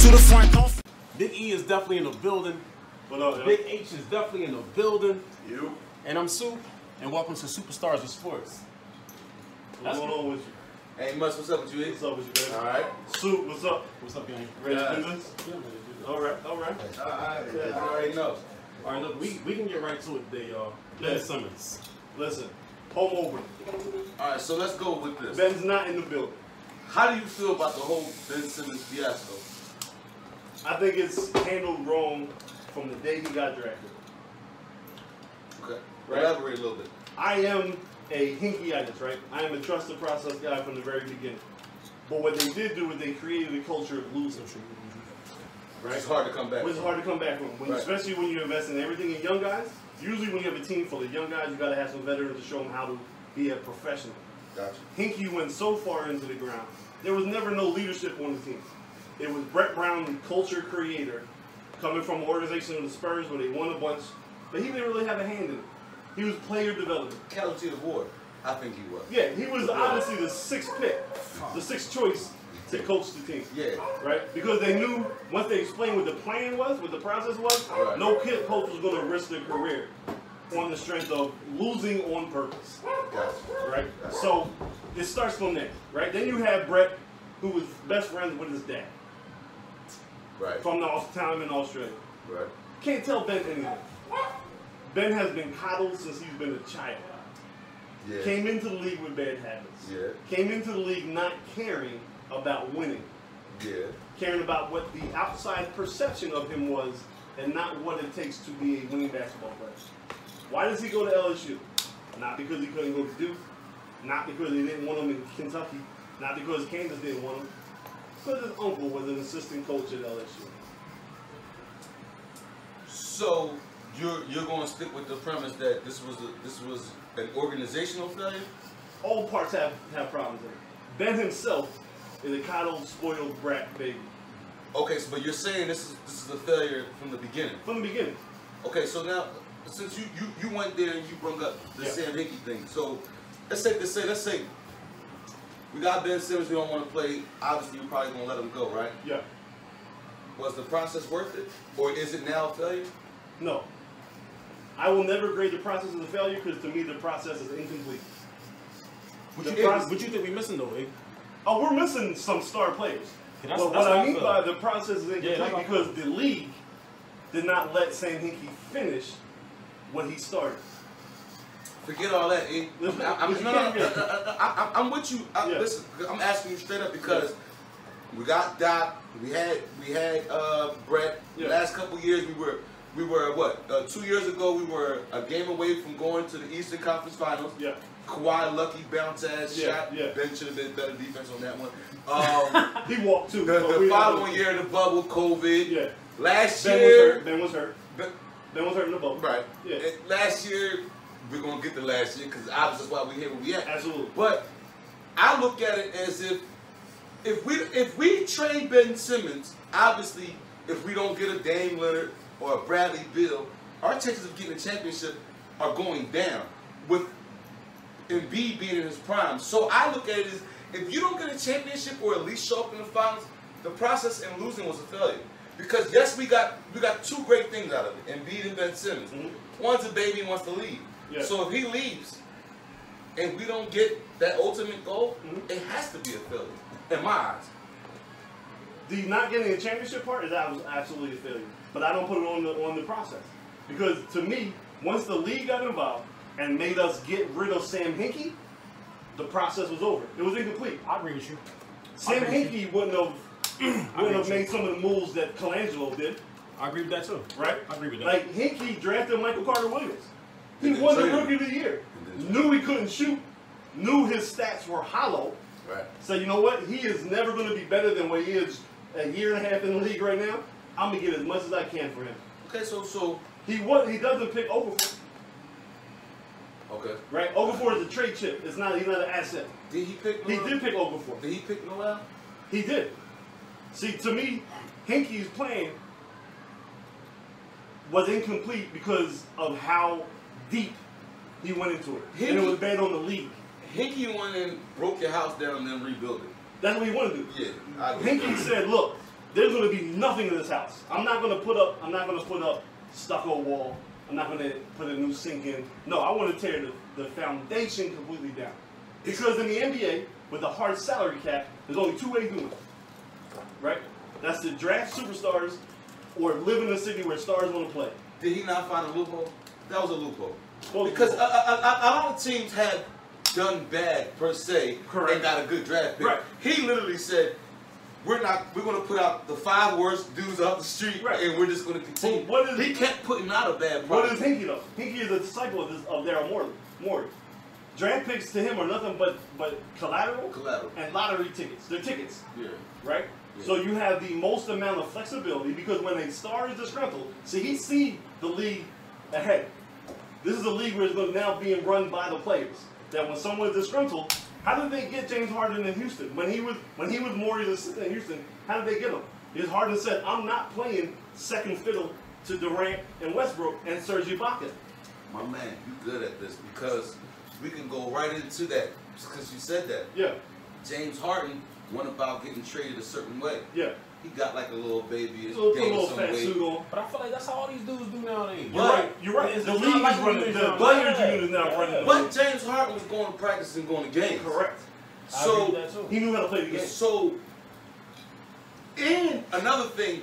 through the front door. Big E is definitely in the building. What up, Big H is definitely in the building. uh, You? And I'm Sue, and welcome to Superstars of Sports. What's That's- going on with you? Hey, Mus, what's up with you? What's up with you, man? All right. Soup, what's up? What's up, gang? Ready Yeah. to do this? All right, all right. All right. You already know. All right, look, we, we can get right to it today, y'all. Yeah. Ben Simmons. Listen, home opener. All right, so let's go with this. Ben's not in the building. How do you feel about the whole Ben Simmons fiasco? I think it's handled wrong from the day he got drafted. Okay. Right. Elaborate a little bit. I am a hinkiitis, right? I am a trust the process guy from the very beginning. But what they did do is they created a culture of losing, right? It's hard to come back. It's hard to come back from, when, Right. especially when you invest in everything in young guys. Usually, when you have a team full of young guys, you got to have some veterans to show them how to be a professional. Gotcha. Hinkie went so far into the ground. There was never no leadership on the team. It was Brett Brown, the culture creator, coming from an organization of the Spurs where they won a bunch, but he didn't really have a hand in it. He was player development. Casualty of war. I think he was. Yeah, he was honestly the sixth pick, the sixth choice to coach the team. Yeah. Right? Because they knew once they explained what the plan was, what the process was, Right. no kid coach was going to risk their career on the strength of losing on purpose. Gotcha. Right? So it starts from there. Right? Then you have Brett, who was best friends with his dad Right. from the aus- time in Australia. Right. Can't tell Ben anything. Ben has been coddled since he's been a child. Yeah. Came into the league with bad habits. Yeah. Came into the league not caring about winning, Yeah. caring about what the outside perception of him was and not what it takes to be a winning basketball player. Why does he go to LSU? Not because he couldn't go to Duke, not because they didn't want him in Kentucky, not because Kansas didn't want him, because his uncle was an assistant coach at LSU. So you're you're going to stick with the premise that this was a, this was an organizational failure? All parts have, have problems in it. Ben himself is a coddled, spoiled brat baby Okay, so, but you're saying this is this is a failure from the beginning. from the beginning. Okay, so now since you you, you went there and you brought up the Yeah. Sam Hinkie thing, so let's say let's say let's say we got Ben Simmons, we don't want to play. Obviously, we're probably gonna let him go, right? Yeah. Was the process worth it, or is it now a failure? No. I will never grade the process as a failure because to me the process is incomplete. What The you, think, process- what you think we missing, though, eh? Oh, we're missing some star players. Yeah, that's- but that's what how I I mean feel. by the process is incomplete that's how I because the league did not let Sam Hinkie finish what he started. Forget all that. Eh? Let's- I, I'm, let's no, no, no, get it. no, no, no, I, am with you. I, Yeah. Listen, I'm asking you straight up because we got Doc, we had we had uh, Brett. Yeah. The last couple years, we were we were what uh, two years ago we were a game away from going to the Eastern Conference Finals. Yeah. Kawhi lucky bounce ass Yeah, shot. yeah. Ben should have been better defense on that one. Um, He walked too. the but the we- following year, the bubble, COVID. Yeah. Last Ben was year, hurt. Ben was hurt. Ben- Ben was hurt in the bubble. Right. Yeah. And last year, we're gonna get the last year because obviously that's why we here where we at. Absolutely. But I look at it as if if we if we trade Ben Simmons, obviously if we don't get a Dame Leonard or a Bradley Bill, our chances of getting a championship are going down with Embiid being in his prime. So I look at it as if you don't get a championship or at least show up in the finals, the process in losing was a failure. Because yes, we got we got two great things out of it, Embiid and Ben Simmons. Mhm. One's a baby, one's to leave. Yeah. So if he leaves, and we don't get that ultimate goal, Mhm. it has to be a failure in my eyes. The not getting a championship part is ab- absolutely a failure. But I don't put it on the on the process because to me, once the league got involved and made us get rid of Sam Hinkie, the process was over. It was incomplete. I agree with you. Sam agree. Hinkie wouldn't have wouldn't have agree. made some of the moves that Colangelo did, I agree with that, too. right? I agree with that. Like Hinkie drafted Michael Carter Williams. He And then won the traded Rookie him. of the Year. And then Knew he couldn't shoot. Knew his stats were hollow. Right. So you know what? He is never going to be better than what he is a year and a half in the league right now. I'm gonna get as much as I can for him. Okay, so so He what? He doesn't pick Okafor, okay. right? Okafor is a trade chip. It's not. He's not an asset. Did he pick? He Noel? did pick Okafor. Did he pick Noel? He did. See, to me, Hinkie's plan was incomplete because of how deep he went into it, and it Hinkie- was bad on the league. Hinkie went and broke your house down and then rebuilt it. That's what he wanted to do. Yeah. I get Hinkie that. said, "Look, there's going to be nothing in this house. I'm not going to put up. I'm not going to put up stucco wall. I'm not going to put a new sink in. No, I want to tear the, the foundation completely down. Because in the NBA, with the hard salary cap, there's only two ways to win. Right? That's to draft superstars or live in a city where stars want to play. Did he not find a loophole? That was a loophole. Well, Because uh, uh, uh, uh, all teams have done bad per se Correct. and got a good draft pick. Right. He literally said, "We're not. We're going to put out the five worst dudes off the street, Right. and we're just going to continue." But what is- he kept putting out a bad What product. is Hinkie though? Hinkie is a disciple of, this, of Daryl Morey. Morey. Draft picks to him are nothing but but collateral, Collateral. and lottery tickets. They're tickets, Yeah. right? Yeah. So you have the most amount of flexibility because when a star is disgruntled, see he see the league ahead. This is a league where it's going now being run by the players. That when someone is disgruntled, how did they get James Harden in Houston when he was when he was Morey's assistant in Houston? How did they get him? Because Harden said, "I'm not playing second fiddle to Durant and Westbrook and Serge Ibaka." My man, you good at this because we can go right into that because you said that. Yeah, James Harden went about getting traded a certain way. yeah. He got like a little baby, Put a little, put a gained little some fat weight. suit on. But I feel like that's how all these dudes do nowadays. You're right. You're right. It's The not league is like we running. did The now. players' Yeah. union is now running. the But James Harden was going to practice and going to games. league. Correct. I agree So with that too. He knew how to play the game. So, and another thing,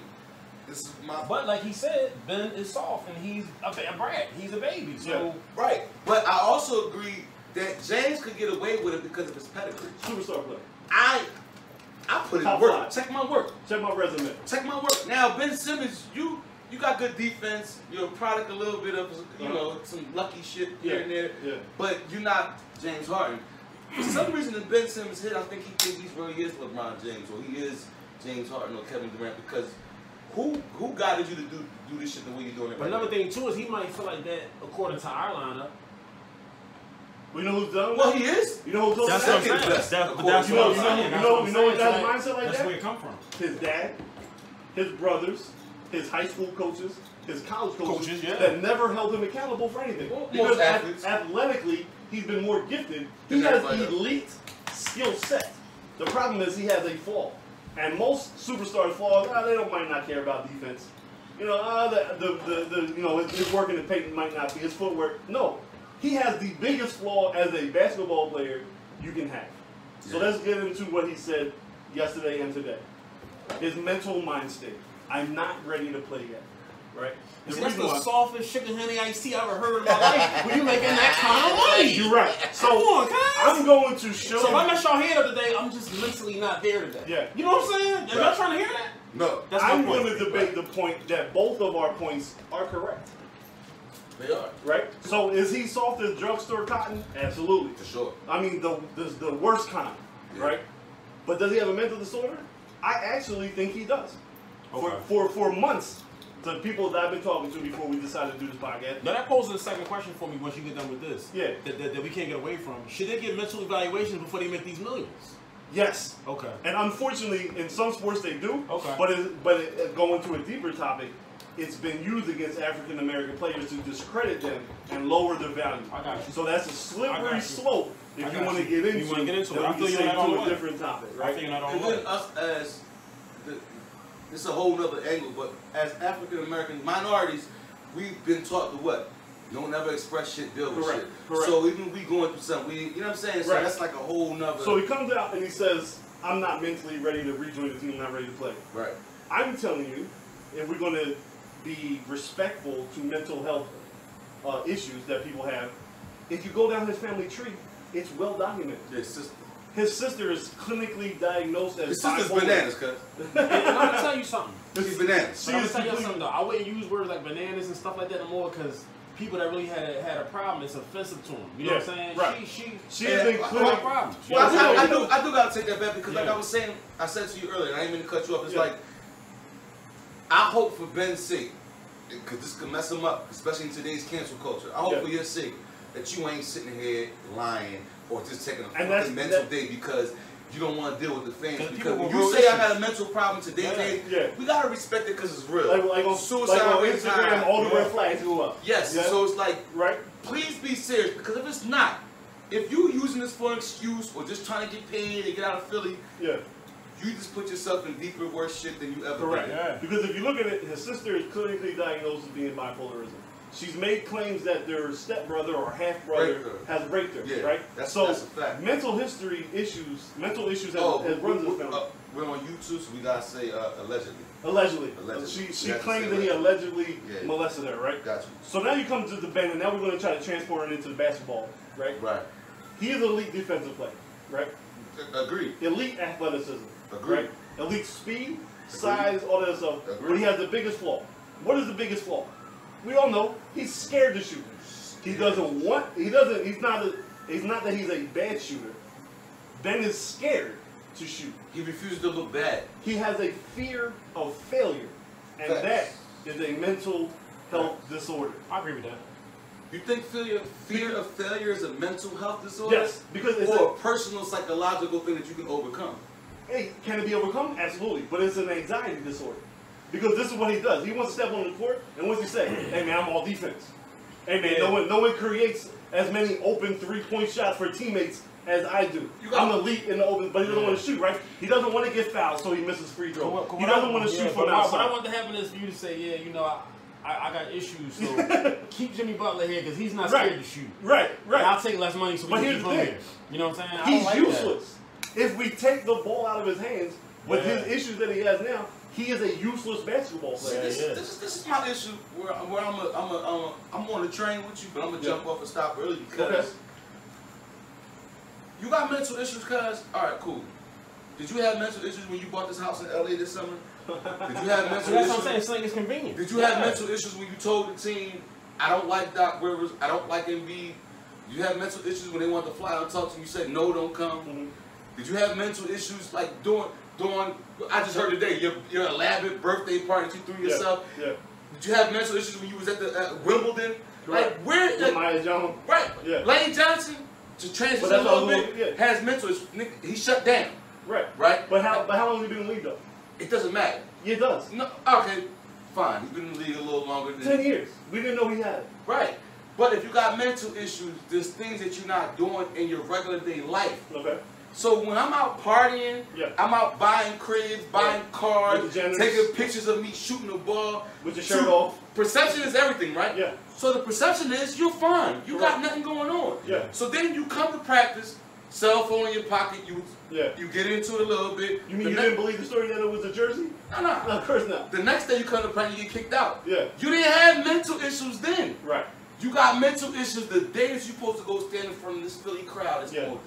this is my But like he said, Ben is soft and he's a, ba- a brat. He's a baby. So right. But I also agree that James could get away with it because of his pedigree. Superstar player. I, I put in Top work. five. Check my work. Check my resume. Check my work. Now Ben Simmons, you you got good defense. You're a product a little bit of you Uh-huh. know some lucky shit here Yeah. and there. Yeah. But you're not James Harden. For some reason, in Ben Simmons' head, I think he thinks he's really is LeBron James, or he is James Harden, or Kevin Durant, because who who guided you to do do this shit the way you're doing it? But Right another now? thing too is he might feel like that according to our lineup. We know who's done. Well, he is. You know who's done. That's that? what I'm saying. That's- That's- of but course. that's You what know- I'm you know- saying. you That's know- what I'm you know what saying. guy's mindset like That's that? where it come from. his dad, his brothers, his high school coaches, his college coaches, Coaches, yeah. that never held him accountable for anything. Well, because most athletes. ath- athletically, he's been more gifted. He Than has everybody else. elite skill set. The problem is he has a flaw, and most superstars flaws. ah, they don't might not care about defense. You know, ah, the, the, the, the you know his, his work in the paint might not be his footwork. No, he has the biggest flaw as a basketball player you can have. So Yeah. let's get into what he said yesterday and today his mental mind state. I'm not ready to play yet. Right? The See, that's reason the why- softest sugar honey iced tea I ever heard in my life. when you making that kind of money. You're right. Come So on, guys. I'm going to show So if I mess y'all head up today, I'm just mentally not there today. Yeah. You know what I'm saying? Am Right. y'all trying to hear that? No, That's my I'm point. going to debate the point that both of our points are correct. they are Right? So is he soft as drugstore cotton? Absolutely. for sure. I mean the the, the worst kind, Yeah. right? But does he have a mental disorder? I actually think he does. Okay. For, for for months, the people that I've been talking to before we decided to do this podcast, Now that poses a second question for me once you get done with this. Yeah. That, that, that we can't get away from. Should they get mental evaluations before they make these millions? yes, Okay. And unfortunately, in some sports they do. Okay. But it, but it, uh, going to a deeper topic, it's been used against African American players to discredit them and lower their value. I got you. So that's a I got slippery you. slope I if you got want to you. get You into. wanna get into that it. I we feel can you save on that all to the a way. different topic, I right? think I don't And know. then us as the, it's a whole nother angle, but as African American minorities, we've been taught to what? Don't ever express shit, deal with Correct, shit. correct. So even we going through something, we you know what I'm saying? So Right. that's like a whole nother So he comes out and he says, "I'm not mentally ready to rejoin the team. I'm not ready to play." Right. I'm telling you, if we're going to be respectful to mental health uh, issues that people have, if you go down his family tree, it's well documented. Yeah, sister. His sister is clinically diagnosed as His sister's bipolar. bananas, cuz. I'm gonna tell you something. She's bananas. She But I'm is gonna tell you completely- something though. I wouldn't use words like bananas and stuff like that no more because people that really had a, had a problem, it's offensive to them. You know what I'm Yeah, saying? right. She she she She has been Yeah, had a clinically. problem. She Well, had a I, I, I, problem. do, I do gotta take that back because, like Yeah. I was saying, I said to you earlier, and I didn't mean to cut you off. It's Yeah. like I hope for Ben's sake, because this could mess him up, especially in today's cancel culture. I hope Yeah. for your sake that you ain't sitting here lying or just taking a And that's- fucking mental that- day because. You don't want to deal with the fans 'Cause because people when with you real say I issues. got a mental problem today, Yeah. day, Yeah. we gotta respect it because it's real. Like, like on, Suicide like on rate's Instagram, high. all the Yeah. red flags go up. Yes, Yeah? so it's like right? please be serious because if it's not, if you using this for an excuse or just trying to get paid and get out of Philly, Yeah. you just put yourself in deeper worse shit than you ever Correct. did. Yeah. Because if you look at it, his sister is clinically diagnosed with being bipolarism. She's made claims that their stepbrother or half brother Raped her. has raped her, Yeah, right? that's- so that's a fact. mental history issues, mental issues has, Oh, has runs we, this family. uh, we're on YouTube, so we gotta say uh, allegedly. allegedly. allegedly. She she You have to claimed say that he allegedly Yeah. molested her, right? Got you. So now you come to the band, and now we're going to try to transport it into the basketball, right? Right. He is an elite defensive player, right? A- Agreed. Elite athleticism, Agreed. right? Elite speed, size, all that stuff. Agreed. But he has the biggest flaw. What is the biggest flaw? We all know he's scared to shoot. He doesn't want. He doesn't. He's not. A, he's not that he's a bad shooter. Ben is scared to shoot. He refused to look bad. He has a fear of failure, and Facts. that is a mental health disorder. I agree with that. You think failure, fear of failure is a mental health disorder? Yes, because it's a, Or a personal psychological thing that you can overcome. Hey, can it be overcome? Absolutely, but it's an anxiety disorder because this is what he does. He wants to step on the court, and what's he say? Hey man, I'm all defense. Hey man, no one, no one creates as many open three point shots for teammates as I do. You I'm got- elite in the open, but he doesn't Yeah. want to shoot. Right? He doesn't want to get fouled, so he misses free throw. But what- he what I- doesn't want to yeah, shoot but from what I- What I outside. want to happen is for you to say, yeah, you know, I, I, I got issues, so keep Jimmy Butler here because he's not scared Right. to shoot. Right, And right. I'll take less money, so we But can here's keep the him thing. here. You know what I'm saying? I He's don't like that. useless. If we take the ball out of his hands with Yeah. his issues that he has now, he is a useless basketball See, player. this, yeah. this, is, this is my issue where, where I'm, a, I'm, a, I'm, a, I'm on the train with you, but I'm going to Yeah. jump off and stop early because you got mental issues, cuz. All right, cool. Did you have mental issues when you bought this house in LA this summer? Did you have mental So that's what I'm issues? saying. It's like it's convenient. Did you have mental issues when you told the team, I don't like Doc Rivers, I don't like Embiid? You had mental issues when they wanted to fly out and talk to you, you said, no, don't come. Mhm. Did you have mental issues like during, during I just heard today, your, your elaborate birthday party that you threw Yeah, yourself? Yeah. Did you have mental issues when you was at the at Wimbledon? Correct. Like, where, yeah. like, Maya Jones. right, Yeah. Lane Johnson, to transition But a that's little what I was bit, gonna- yeah. has mental issues. Nigga, He shut down, Right. right? But how but how long you been in the league though? It doesn't matter. It does. No, okay, fine. He's been in the league a little longer than Ten years. We didn't know he had it. Right. But if you got mental issues, there's things that you're not doing in your regular day life. Okay. So when I'm out partying, Yeah. I'm out buying cribs, buying cars, With the Jenners. taking pictures of me shooting the ball. With your Shoot. shirt off. Perception is everything, right? Yeah. So the perception is you're fine. You got nothing going on. Yeah. So then you come to practice, cell phone in your pocket, you Yeah. you get into it a little bit. You mean The you ne- didn't believe the story that it was a jersey? No, no. No, of course not. The next day you come to practice, you get kicked out. Yeah. You didn't have mental issues then. Right. You got mental issues the day that you're supposed to go stand in front of this Philly crowd. It's Yeah. going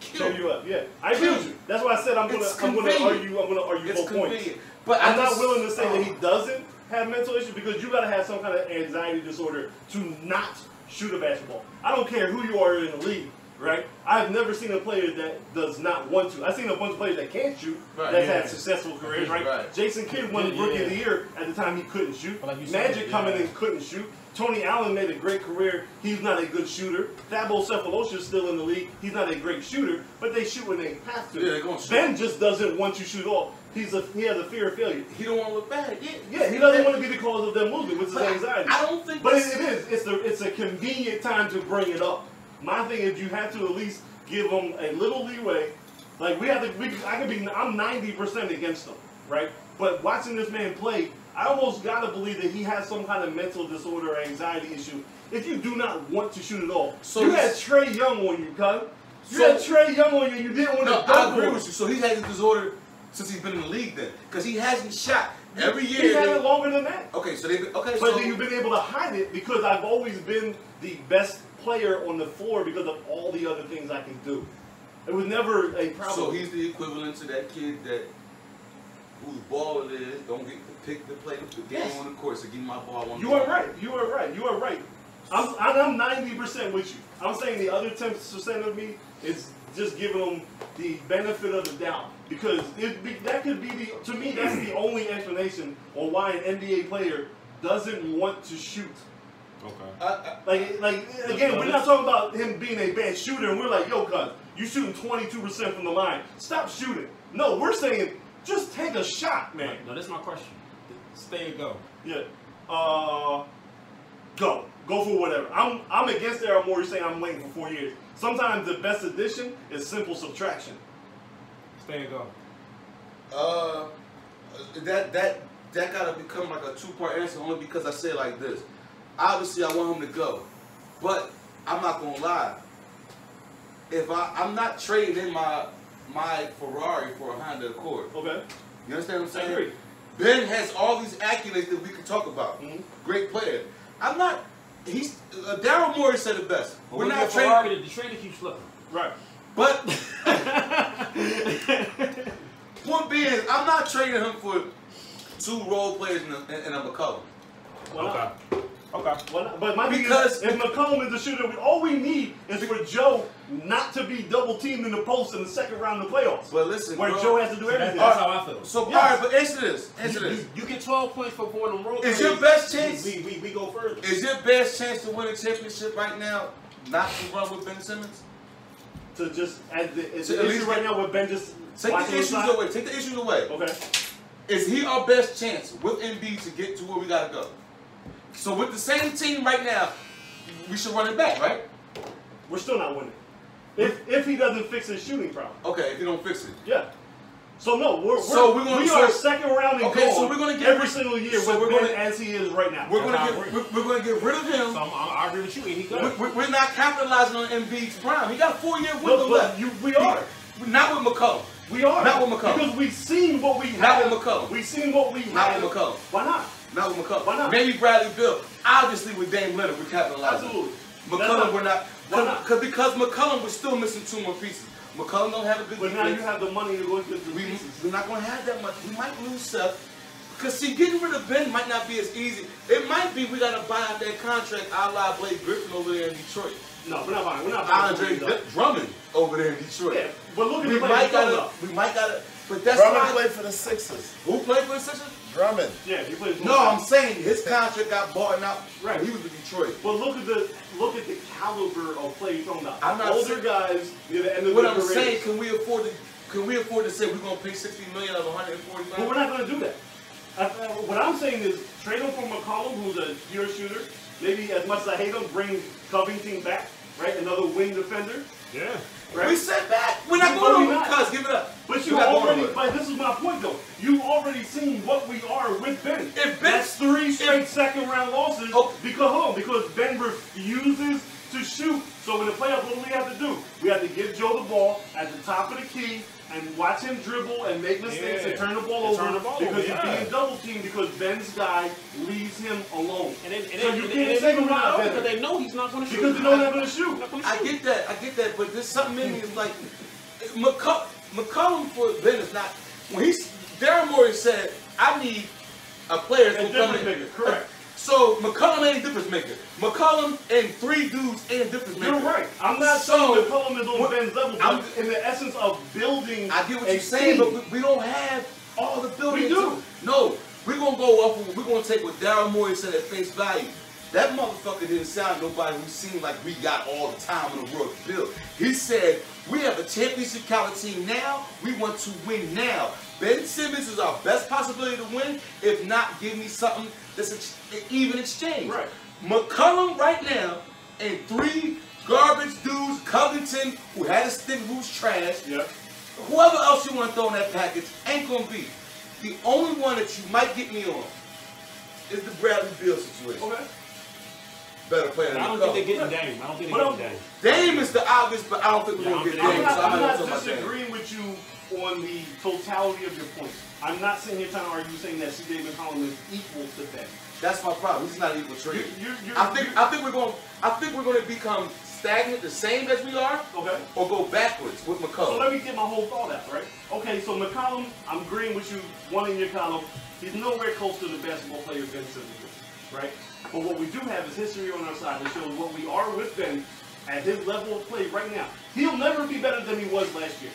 Tear kill you up. Yeah. I agree with you. That's why I said I'm gonna It's I'm gonna convenient. argue I'm gonna argue It's both points. convenient. But I I'm not just- willing to say Oh, that he doesn't have mental issues because you gotta have some kind of anxiety disorder to not shoot a basketball. I don't care who you are in the league, right? I've never seen a player that does not want to. I've seen a bunch of players that can't shoot Right, that's yeah. had successful careers, right? Right. Jason Kidd won Yeah, Rookie of the yeah. Year at the time he couldn't shoot. But like you said, Magic coming yeah. in couldn't shoot. Tony Allen made a great career. He's not a good shooter. Thabo Cephalosha is still in the league. He's not a great shooter, but they shoot when they have to. Yeah, they gonna shoot. Ben just doesn't want to shoot off. He's a he has a fear of failure. He don't want to look bad. Yeah, Yeah, he doesn't want to be the cause of them losing, which is But I- anxiety. I don't think But it, that's- it is. It's the it's a convenient time to bring it up. My thing is, you have to at least give them a little leeway. Like we have to. We, I could be. I'm 90 percent against them, right? But watching this man play, I almost gotta believe that he has some kind of mental disorder or anxiety issue. If you do not want to shoot at all, So you had he's- Trey Young on you, cuz. You So- had Trey Young on you. and You didn't want No, to. I agree with you. So he has a disorder since he's been in the league then, because he hasn't shot every year. He had they- it longer than that. okay, so they've been, okay. But so then you've been able to hide it because I've always been the best player on the floor because of all the other things I can do. It was never a problem. so he's the equivalent to that kid that whose ball it is don't get to pick the play the game Yes. on the court. So give me my ball. I want you are right. You are right. You are right. I'm I'm ninety percent with you. I'm saying the other ten percent of me is just giving them the benefit of the doubt because it be, that could be the to me that's the only explanation on why an NBA player doesn't want to shoot. Okay. I, I, Like, like again, we're not talking about him being a bad shooter, and we're like, yo, cuz, you shooting 22% from the line. Stop shooting. No, we're saying just take a shot, man. No, this is my question. Stay or go. Yeah. Uh, go. Go for whatever. I'm I'm against Daryl Morey saying I'm waiting for four years. Sometimes the best addition is simple subtraction. Stay or go. Uh, that that that gotta become like a two part answer only because I say it like this. Obviously, I want him to go, but I'm not gonna lie. If I I'm not trading in my my Ferrari for a Honda Accord. Okay. You understand what I'm saying? I agree. Ben has all these accolades that we can talk about. Mm-hmm. Mhm. Great player. I'm not. He's uh, Daryl Morey said it best. But We're when not you get trading, Ferrari, the trainer keeps slipping. Right. but Point being, is, I'm not trading him for two role players and a, and a McCollum. Why not? Okay. Why not? But my thing Because- is, if McCollum is the shooter, we, all we need is for Joe not to be double teamed in the post in the second round of the playoffs, But listen, where bro, Joe has to do That's, everything. that's how I feel. So, Yes. all right, but answer this. Answer You, this. you, you get 12 points for four in a row. Is plays, your best chance- We, we, we go further. Is your best chance to win a championship right now not to run with Ben Simmons? to just at the, it's So the at issue least- right now with Ben just Take watching the issues side. away. Take the issues away. Okay. Is he our best chance with MB to get to where we gotta go? So with the same team right now, we should run it back, right? We're still not winning. If if he doesn't fix his shooting problem, Okay, if you don't fix it. yeah. So no, we're, we're So we're gonna- we are so- second round and Okay, gone so we're gonna get every rid- single year so with we're Ben gonna- as he is right now. We're gonna That's how I get we're, we're gonna get rid of him. So I'm, I'm, I agree with you, and he goes. We- we- We're not capitalizing on Embiid's prime. He got a four-year window No, but left. you, we are. Not with McCollum. We are. Not with McCollum. Because we've seen what we Not have. with McCollum. We've seen what we have. Not with McCollum. Why not? Not with McCollum. Why not? Maybe Bradley Bill. Obviously, with Dame Leonard, we're capitalizing. Absolutely. That's McCollum, not- we're not. Why not? Cause, because McCollum was still missing two more pieces. McCollum don't have a good But now defense. you have the money to go into the we, pieces. we're not going to have that much. We might lose stuff. Because, see, getting rid of Ben might not be as easy. It might be we got to buy out that contract a la Blake Griffin over there in Detroit. No, we're not buying. We're not buying. Andre these guys. Drummond over there in Detroit. Yeah, but look at We the might players got coming to. up. We might got to. But that's Drummond why. played for the Sixers. who played for the Sixers? Drummond. Yeah, you play. No, I'm saying his contract got bought and out. Right. He was with Detroit. But look at the look at the caliber of play you're talking about. I'm not Older saying- guys near the end of What their I'm careers. saying, can we afford to? Can we afford to say we're going to pay 60 million out of 145? But we're not going to do that. I, I- what I'm saying is trade him for McCollum, who's a pure shooter. Maybe as much as I hate him, bring Covington back, right? Another wing defender, Yeah. right? We said that. We're not No, going we're to not. because give it up. But We're you not going already, nowhere. but this is my point though. You already seen what we are with Ben. If Ben- That's three straight second round losses Oh. because hold on, because Ben refuses to shoot. So in the playoffs, what do we have to do? We have to give Joe the ball at the top of the key and watch him dribble and make mistakes Yeah. and turn the ball And over turn the ball because over, he's yeah. being double teamed because Ben's guy leaves him alone. And then, and So then, you and can't then, say and then we're not better. because they know he's not going to shoot. Because they know they're not gonna shoot. Not gonna I shoot. get that, I get that, but there's something in me is like McCollum, McCollum for Ben is not when he's Darren Morey said, I need a player A to come difference in. maker, correct. So McCollum ain't a difference maker. McCollum and three dudes ain't a difference maker. You're right. I'm not So, saying McCollum is on what- Ben's level, I'm- but in the essence of building. I get what a you're saying, team, but we, we don't have all the building. We do. No, we're gonna go up. We're gonna take what Daryl Morey said at face value. That motherfucker didn't sound nobody who seemed like we got all the time in the world to build. He said, "We have a championship caliber team now. We want to win now. Ben Simmons is our best possibility to win. If not, give me something that's ex- an even exchange." Right. McCullum right now and three garbage dudes, Covington, who had a stick, who's trash. yeah. Whoever else you want to throw in that package ain't gonna be. The only one that you might get me on is the Bradley Bill situation. Okay. Better player I than don't McCollum. think they're getting Dame. I don't think But they're getting I'm- Dame. Dame is the obvious, but I don't think we're Yeah, gonna I'm get not- Dame. I'm not, so I'm I'm not not talking about Dame. disagreeing with you on the totality of your points. I'm not sitting here trying to argue saying that C.J. McCollum is equal to Ben. That's my problem. He's not equal You, trade. you, you, I think I think we're gonna I think we're gonna become stagnant, the same as we are, okay. or go backwards with So McCollum. let me get my whole thought out, right? Okay, so McCollum, I'm agreeing with you, one in your column. He's nowhere close to the basketball player Ben Simmons is, right? But what we do have is history on our side that shows what we are with Ben at his level of play right now. He'll never be better than he was last year.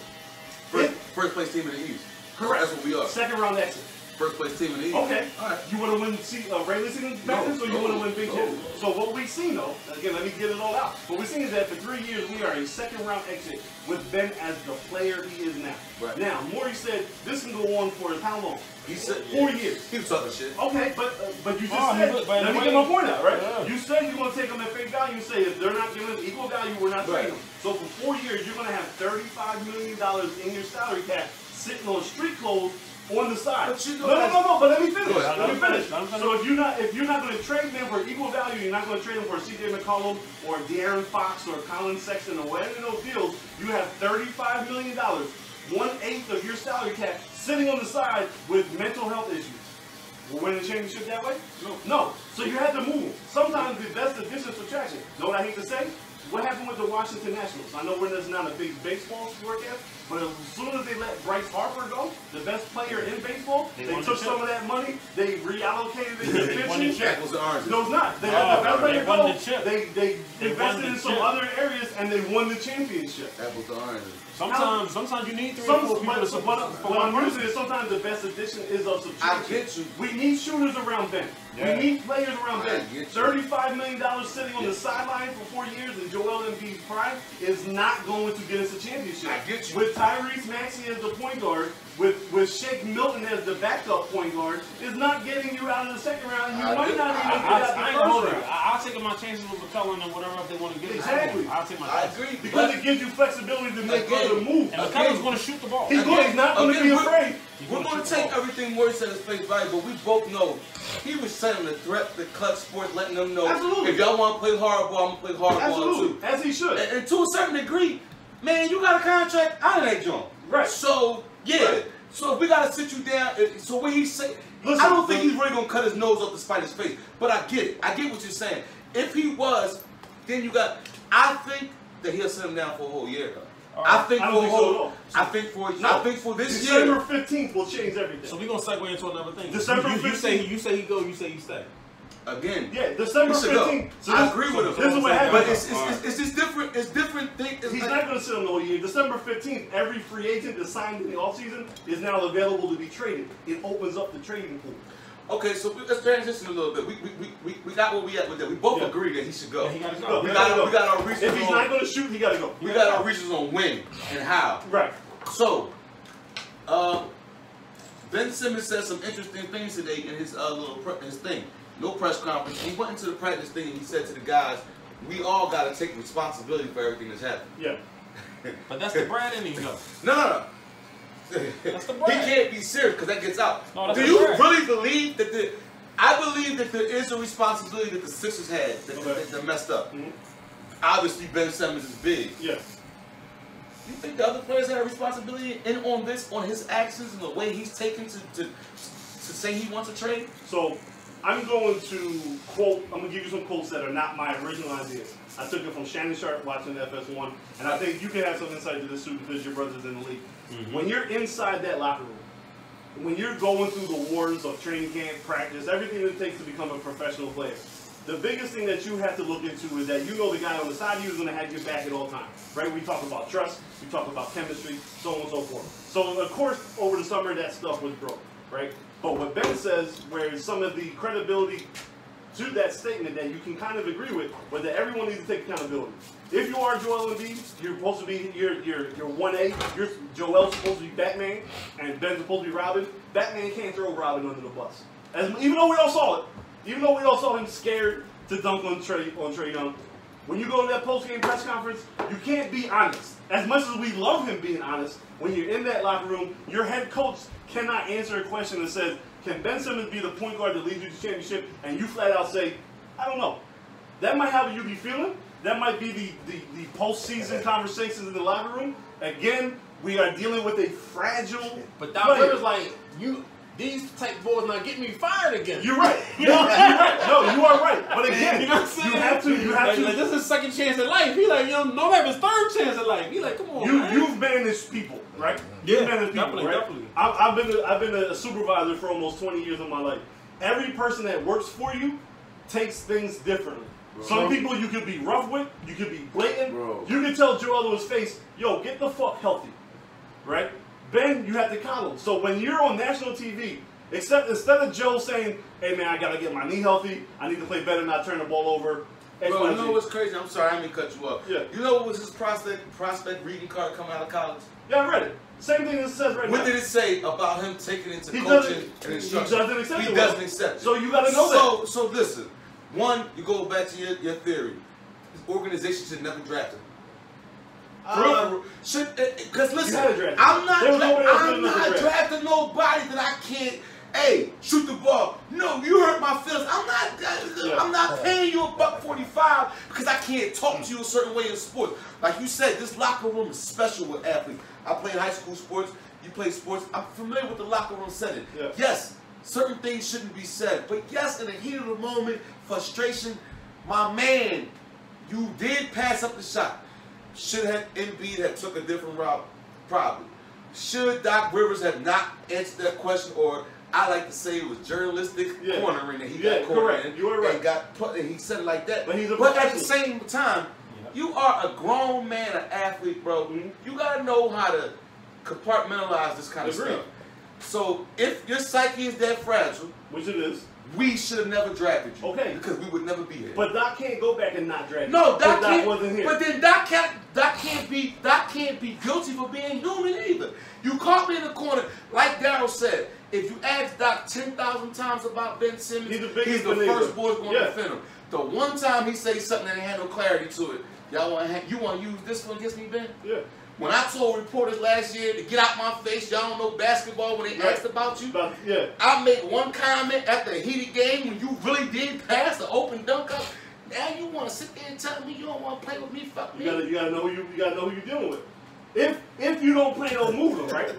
First, first place team in the East. Correct. That's what we are. Second round exit. First place team in the East. Okay. All right. You want to win se- uh, regular season matches, or you no, want to win big no. games? So what we've seen, though, again, let me get it all out. What we've seen is that for three years we are a second round exit with Ben as the player he is now. Right. Now, Morey said this can go on for how long? He said four years. He was talking shit. Okay, but uh, but you just Oh, he said. was- but let me the get way- my point out, right? Yeah. You said you're going to take them at face value. You say if they're not giving us equal value, we're not Right. trading them. So for four years, you're going to have thirty-five million dollars in your salary cap sitting on street clothes on the side. But you no, know no, that's- no, no. But let me finish. Go ahead. Let me finish. Let him finish. So if you're not if you're not going to trade them for equal value, you're not going to trade them for C.J. McCollum or De'Aaron Fox or Colin Sexton or whatever those deals. You have 35 million dollars, one eighth of your salary cap, sitting on the side with mental health issues. Will win the championship that way? No. No. So you had to move. Sometimes the best addition is subtraction. Know what I hate to say? What happened with the Washington Nationals? I know we're that's not a big baseball forecast, but as soon as they let Bryce Harper go, the best player in baseball, They they, won the took chip. some of that money, they reallocated it to They won the pitching. chip. That was the orange. No, it's not. They Oh, let the they best player won go. the chip. They they, They won invested the in some chip. other areas and they won the championship. That was the orange. Sometimes, sometimes you need three or Some, four people but, to but, support but what I'm using is sometimes the best addition is of I subtraction. get you. We need shooters around Ben. Yeah. We need players around I Ben. get you. Thirty-five million dollars sitting on the sideline for four years in Joel Embiid's prime is not going to get us a championship. I get you. With Tyrese Maxey as the point guard, with with Shake Milton as the backup point guard, is not getting you out of the second round. You I might get- not I- I, even get I, out I ain't gonna the first hold you. round. I, I'll take my chances with McCulloin and whatever if they want to get it. Exactly. I'll take my I chances. agree Because but- it gives you flexibility to make Again. other moves. And Again. McCulloin's going to shoot the ball. He's, going, he's not going to Again, be we're- afraid. We're going to take everything Morris said as face value, but we both know he was sending the threat, the clutch sport, letting them know Absolutely. if y'all want to play hardball, I'm going to play hardball too. Absolutely, as he should. And, and to a certain degree, man, you got a contract out of that joint. Right. So, yeah. Right. So if we gotta sit you down, if- so what he's saying, Listen, I don't think the- he's really gonna cut his nose up to spite his face. But I get it. I get what you're saying. If he was, then you got. I think that he'll sit him down for a whole year. though. I think I for don't a think so whole. at all. I think for. I think for this December year. fifteenth will change everything. So we're going to segue into another thing. December you, you, you say 15th. you say he go, you say he stay. Again. yeah, December He should go. fifteenth. So I this- agree so with him. This is what happened. But it's it's, All it's, it's just different. It's different thing. It's He's like- not going to sit on the whole year. December 15th, every free agent that's signed in the offseason is now available to be traded. It opens up the trading pool. Okay, so we- let's transition a little bit. We we, we, we, we got where we at with that. We both Yeah. agree that he should go. Yeah, he gotta go. No, we he got gotta go. we got our If reasons he's on not going to shoot, he got to go. we got our reasons on when and how. Right. So, uh, Ben Simmons said some interesting things today in his uh, little pre- his thing. No press conference. He went into the practice thing and he said to the guys, "We all got to take responsibility for everything that's happened." Yeah. But that's the Brad in him, though. No, no, no. That's the he bread. can't be serious because that gets out. No, that's Do the you bread. really believe that the? I believe that there is a responsibility that the Sixers had that, Okay. that, that messed up. Mhm. Obviously, Ben Simmons is big. Yeah. You think the other players had a responsibility in on this, on his actions and the way he's taken to to, to say he wants a trade? So I'm going to quote, I'm going to give you some quotes that are not my original ideas. I took it from Shannon Sharp watching FS1, and I think you can have some insight to this too because your brother's in the league. When you're inside that locker room, when you're going through the wars of training camp, practice, everything it takes to become a professional player, the biggest thing that you have to look into is that you know the guy on the side of you is going to have your back at all times, right? We talk about trust, we talk about chemistry, so on and so forth. So, of course, over the summer, that stuff was broke, right? But what Ben says, where some of the credibility to that statement that you can kind of agree with, but that everyone needs to take accountability. If you are Joel Embiid, you're supposed to be you're you're you're one A. You're Joel's supposed to be Batman, and Ben's supposed to be Robin. Batman can't throw Robin under the bus, As, even though we all saw it. Even though we all saw him scared to dunk on Trey on Trey Young. When you go to that post game press conference, you can't be honest. As much as we love him being honest, when you're in that locker room, your head coach cannot answer a question that says, Can Ben Simmons be the point guard that leads you to championship? And you flat out say, I don't know. That might have you be feeling. That might be the, the, the postseason conversations in the locker room. Again, we are dealing with a fragile But Doc player. Rivers like, you, these type boys not getting me fired again. You're right. You're, you're right. No, you are right. But again, You know what I'm saying? you have to you have like, to like, this is second chance at life. He like, you don't know that was third chance at life. He like, come on, You man. you've managed people, right? Yeah, you've managed people, definitely, right? definitely. I've, I've been a, I've been a supervisor for almost twenty years of my life. Every person that works for you takes things differently. Some people you could be rough with, you could be blatant. Bro. You could tell Joel to his face, "Yo, get the fuck healthy," right? Then you have to coddle. him. So when you're on national TV, except instead of Joe saying, "Hey man, I gotta get my knee healthy. I need to play better, not turn the ball over." X, Bro, Y, you know Z." what's crazy? I'm sorry, I didn't mean to cut you off. Yeah. You know what was his prospect prospect reading card coming out of college? yeah, I read it. Same thing that says right now. What did it say about him taking into He coaching doesn't- and he instruction? doesn't accept He it, doesn't Will. accept it. So you gotta know so, that. So listen, one, you go back to your, your theory. This organization should never draft him. For real, for real. Should- eh, eh, Cause listen, Uh, had a draft. I'm not, There was dra- nobody else I'm in the not draft. drafting nobody that I can't. Hey, shoot the ball. No, you hurt my feelings. I'm not. Yeah. I'm not paying you a buck forty-five because I can't talk to you a certain way in sports. Like you said, this locker room is special with athletes. I played high school sports. You play sports. I'm familiar with the locker room setting. Yeah. Yes, certain things shouldn't be said, but yes, in the heat of the moment, frustration, my man, you did pass up the shot. Should have Embiid have took a different route, probably. Should Doc Rivers have not answered that question, or I like to say it was journalistic Yeah. cornering that he Yeah, got cornered correct. in You are right. and got put, and he said it like that. But he's a at the professional. same time, Yeah. you are a grown man, an athlete, bro. Mhm. You gotta know how to compartmentalize this kind of Agreed. stuff. So if your psyche is that fragile, Which it is. we should have never drafted you. Okay. Because we would never be here. But Doc can't go back and not drag. no, him, 'cause Doc can't. wasn't here. But then Doc can't. Doc can't be. Doc can't be guilty for being human either. You caught me in the corner, like Daryl said. If you ask Doc ten thousand times about Ben Simmons, He's the biggest believer. first boy going Yeah. to defend him. The one time he say something that had no clarity to it, y'all want ha- you want to use this one against me, Ben? yeah, When I told reporters last year to get out my face, y'all don't know basketball when they Right. asked about you. about, yeah. I made one comment after a heated game when you really did pass the open dunk up. Now you want to sit there and tell me you don't want to play with me? Fuck You me. gotta, you gotta know who you, you gotta know who you're dealing with. If if you don't plan on moving, right?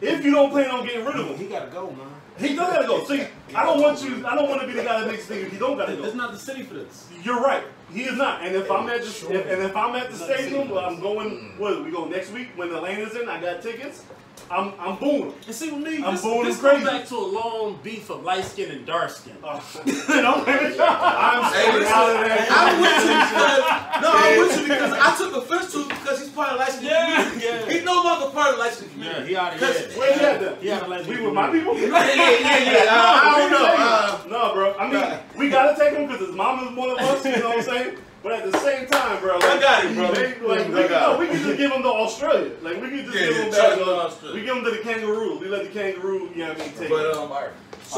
If you don't plan on getting rid of him, He gotta go, man. he don't gotta go. See, I don't want you. I don't want to be the guy that makes things. If you don't gotta This is go, not the city for this. you're right. He is not. And if I'm at the if, and if I'm at the stadium, well, I'm going. What we go next week when Atlanta's in? I got tickets. I'm I'm booing. And see, with me, I'm this, bold this and goes crazy. back to a long beef of light skin and dark skin. Oh, don't make it. I'm Hey, so listen, out of that. I'm with you because no, I'm with you because I took offense to it because he's part of the license Yeah, community. yeah. He's no longer part of the license community. Yeah, he outta Because- here. Where you at then? He had a light skin We with my community. people? Yeah, yeah, yeah, yeah. Uh, I don't know. Uh, no, bro. I mean, nah. we gotta take him because his mama's one of us. You know what I'm saying? But at the same time, bro, like, I got it, bro. They, like, we, I got no, it. we can just give him to Australia. Like, we can just Yeah, give yeah, him try back. to go to uh, Australia. We give him to the kangaroo. We let the kangaroo, you know what I mean, take but it. um, all right.